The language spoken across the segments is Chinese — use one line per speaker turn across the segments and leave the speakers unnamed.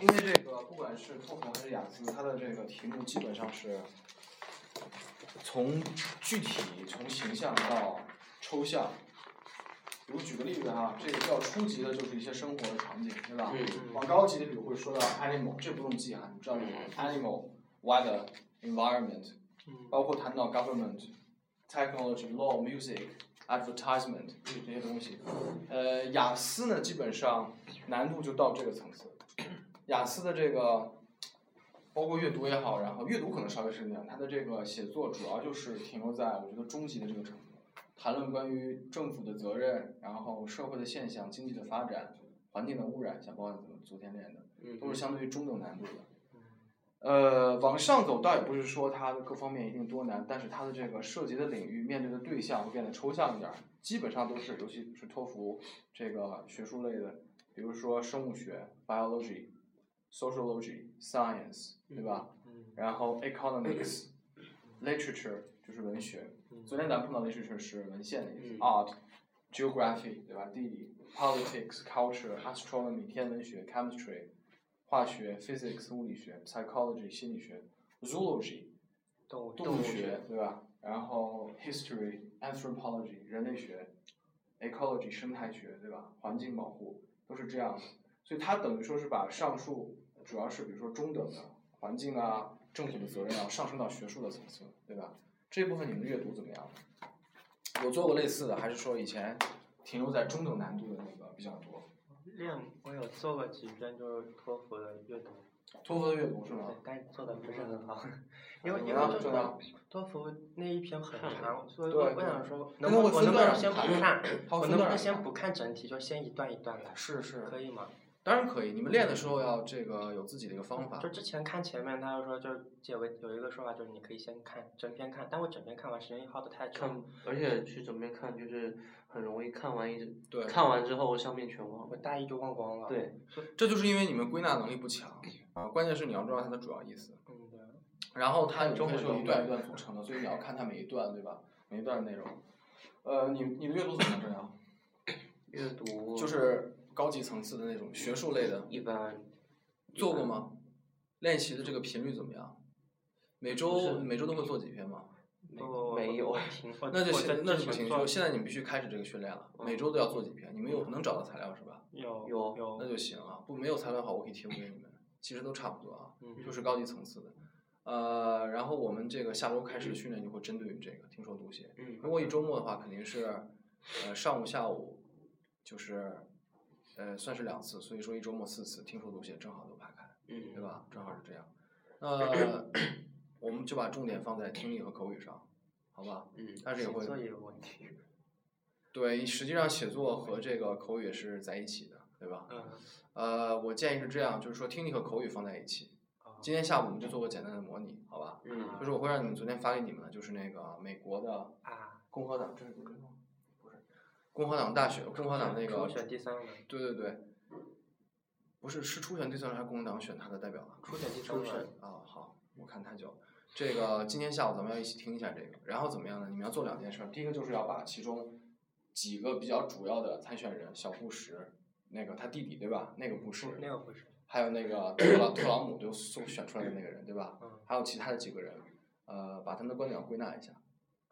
因为这个不管是拓宽还是雅思，它的这个题目基本上是从具体从形象到抽象。比如举个例子哈，这个比较初级的就是一些生活的场景，对吧？往高级的比如会说到 animal，这不用记哈，你知道这个 animal、weather、environment，包括谈到 government、technology、law、music、advertisement 这些东西。呃，雅思呢，基本上难度就到这个层次。雅思的这个，包括阅读也好，然后阅读可能稍微深一点，它的这个写作主要就是停留在我觉得中级的这个程度，谈论关于政府的责任，然后社会的现象、经济的发展、环境的污染，像包括昨天练的，
嗯
都是相对于中等难度的。呃，往上走倒也不是说它的各方面一定多难，但是它的这个涉及的领域、面对的对象会变得抽象一点儿，基本上都是，尤其是托福这个学术类的，比如说生物学 （biology）、sociology、science，对吧？
嗯
然后 economics、literature 就是文学。昨天咱们碰到 literature 是文献的意思、
嗯
a r t geography 对吧？地理、politics、culture、astronomy 天文学、chemistry 化学、physics 物理学、psychology 心理学、zoology
动物
动物学，对吧？然后 history、anthropology 人类学、ecology 生态学，对吧？环境保护都是这样的，所以它等于说是把上述主要是比如说中等的环境啊、政府的责任啊上升到学术的层次，对吧？这部分你们阅读怎么样？有做过类似的，还是说以前停留在中等难度的那个比较多？
练我有做过几篇就是托福的阅读，
托福的阅读是
对
吗？，
但是做的不是很好，因为
嗯你
因为
呢
托
郑阳
福托福那一篇很长，所以
嗯对
我我
对
想说，
那
能不
我
我
分
能不
段
能
儿嗯
先不
看
看？
它会
我
分
能不
段
能
儿
先
看
不看整体，就先一段一段来？
是是，
可以吗？
当然可以。你们练的时候要这个有自己的一个方法
就。之前看前面，他就说，就是有个有一个说法，就是你可以先看整篇看，但我整篇看完时间耗的太久，
嗯
看，而且去整边看就是很容易看完一整，
对，
看完之后上面全忘
我
了。
大意就忘光了。，
对，
这就是因为你们归纳能力不强啊。关键是你要知道它的主要意思，
嗯对，
然后它有
中
些
文
是由
中
一段
文
一段组成的，所以你要看它每一段，对吧？每一段的内容。呃，你你的阅读怎么样？这样
阅 读
就是高级层次的那种学术类的，
一般，
做过吗？练习的这个频率怎么样？每
不
周
是
每周都会做几篇吗？
没
呃
我
没有
我，停，我
那就
我在
行，那
之
就
前
行。
做
就现在你们必须开始这个训练了，每
嗯
周都要做几篇。你们有能找到材料是吧？
有
有
那就行啊。不没有材料的话，我可以提供给你们。其实都差不多啊。
嗯
就是高级层次的。呃，然后我们这个下周开始的训练就会针对于这个听说读写。
嗯
如果一周末的话，肯定是呃上午、下午，就是呃算是两次，所以说一周末四次听说读写正好都排开，
嗯
对吧？正好是这样。 那我们就把重点放在听力和口语上，好吧？
嗯，
但是也会
写作也有问题。
对，实际上写作和这个口语是在一起的，对吧？
嗯，
呃，我建议是这样，就是说听力和口语放在一起。嗯今天下午我们就做个简单的模拟，好吧？
嗯
就是我会让你们昨天发给你们的，就是那个美国的
啊，
共和党，这是不是共和党大学，共和党那个
初，选第三轮，
对对对，不是是初选第三轮还是共和党选他的代表啊？
初选第三
初选
轮，
啊，好，我看太久了。这个今天下午咱们要一起听一下这个，然后怎么样呢？你们要做两件事，第一个就是要把其中几个比较主要的参选人，小布什，那个他弟弟对吧？那个布什，
嗯那个不是，
还有那个特朗特朗普就送选出来的那个人，对吧？
嗯
还有其他的几个人，呃，把他们的观点归纳一下，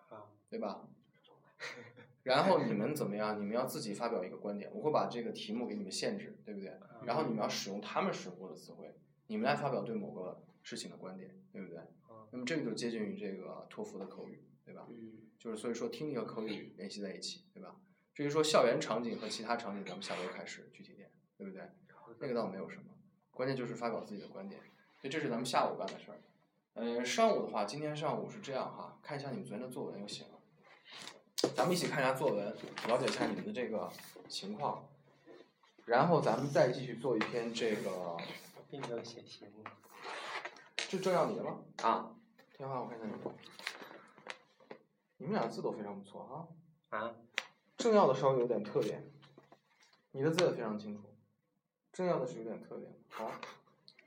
啊，
对吧？ 然后你们怎么样？你们要自己发表一个观点，我会把这个题目给你们限制，对不对？
嗯
然后你们要使用他们使用过的词汇，你们来发表对某个事情的观点，对不对？
嗯
那么这个就接近于这个托福的口语，对吧？
嗯
就是所以说听力和口语联系在一起，对吧？至于说校园场景和其他场景，咱们下周开始具体点，对不对？那个倒没有什么，关键就是发表自己的观点。所以这是咱们下午干的事儿。呃，上午的话，今天上午是这样哈，看一下你们昨天的作文就行了。咱们一起看一下作文，了解一下你们的这个情况，然后咱们再继续做一篇这个，
并没有写题目。
这正要你的吗？
啊，
天华，我看一下你们，你们俩字都非常不错哈、
啊，
政要的稍微有点特点，你的字也非常清楚，政要的是有点特点。好，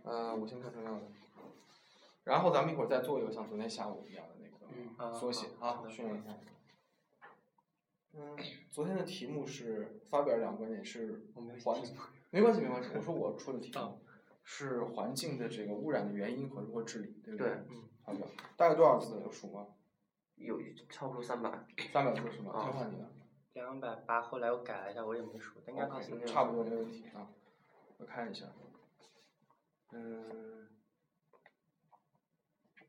呃，我先看政要的，然后咱们一会儿再做一个像昨天下午一样的那
嗯
个缩写
好
啊
好，的
训练一下。嗯，昨天的题目是发表两个观点是
我没有哦
环
写题目。
没关系没关系，我说我出的题目，是环境的这个污染的原因和如何治理，对不
对，
嗯
好的，大概多少字有数吗？
有差不多三百。
三百字是吗？
啊
交换你的
两百八，后来我改了一下，我也没数，但应该快四
，OK，
百。
哦差不多没问题啊。我看一下，嗯，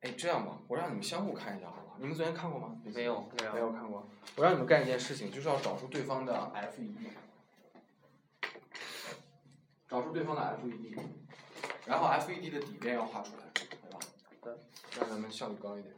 哎，这样吧，我让你们相互看一下好不好？你们昨天看过吗？
没有
没有
没有看过。我让你们干一件事情，就是要找出对方的 F E 一，找出对方的 F E 一，E 然后 F 一的底边要画出来，对吧？
好的
让咱们效率高一点。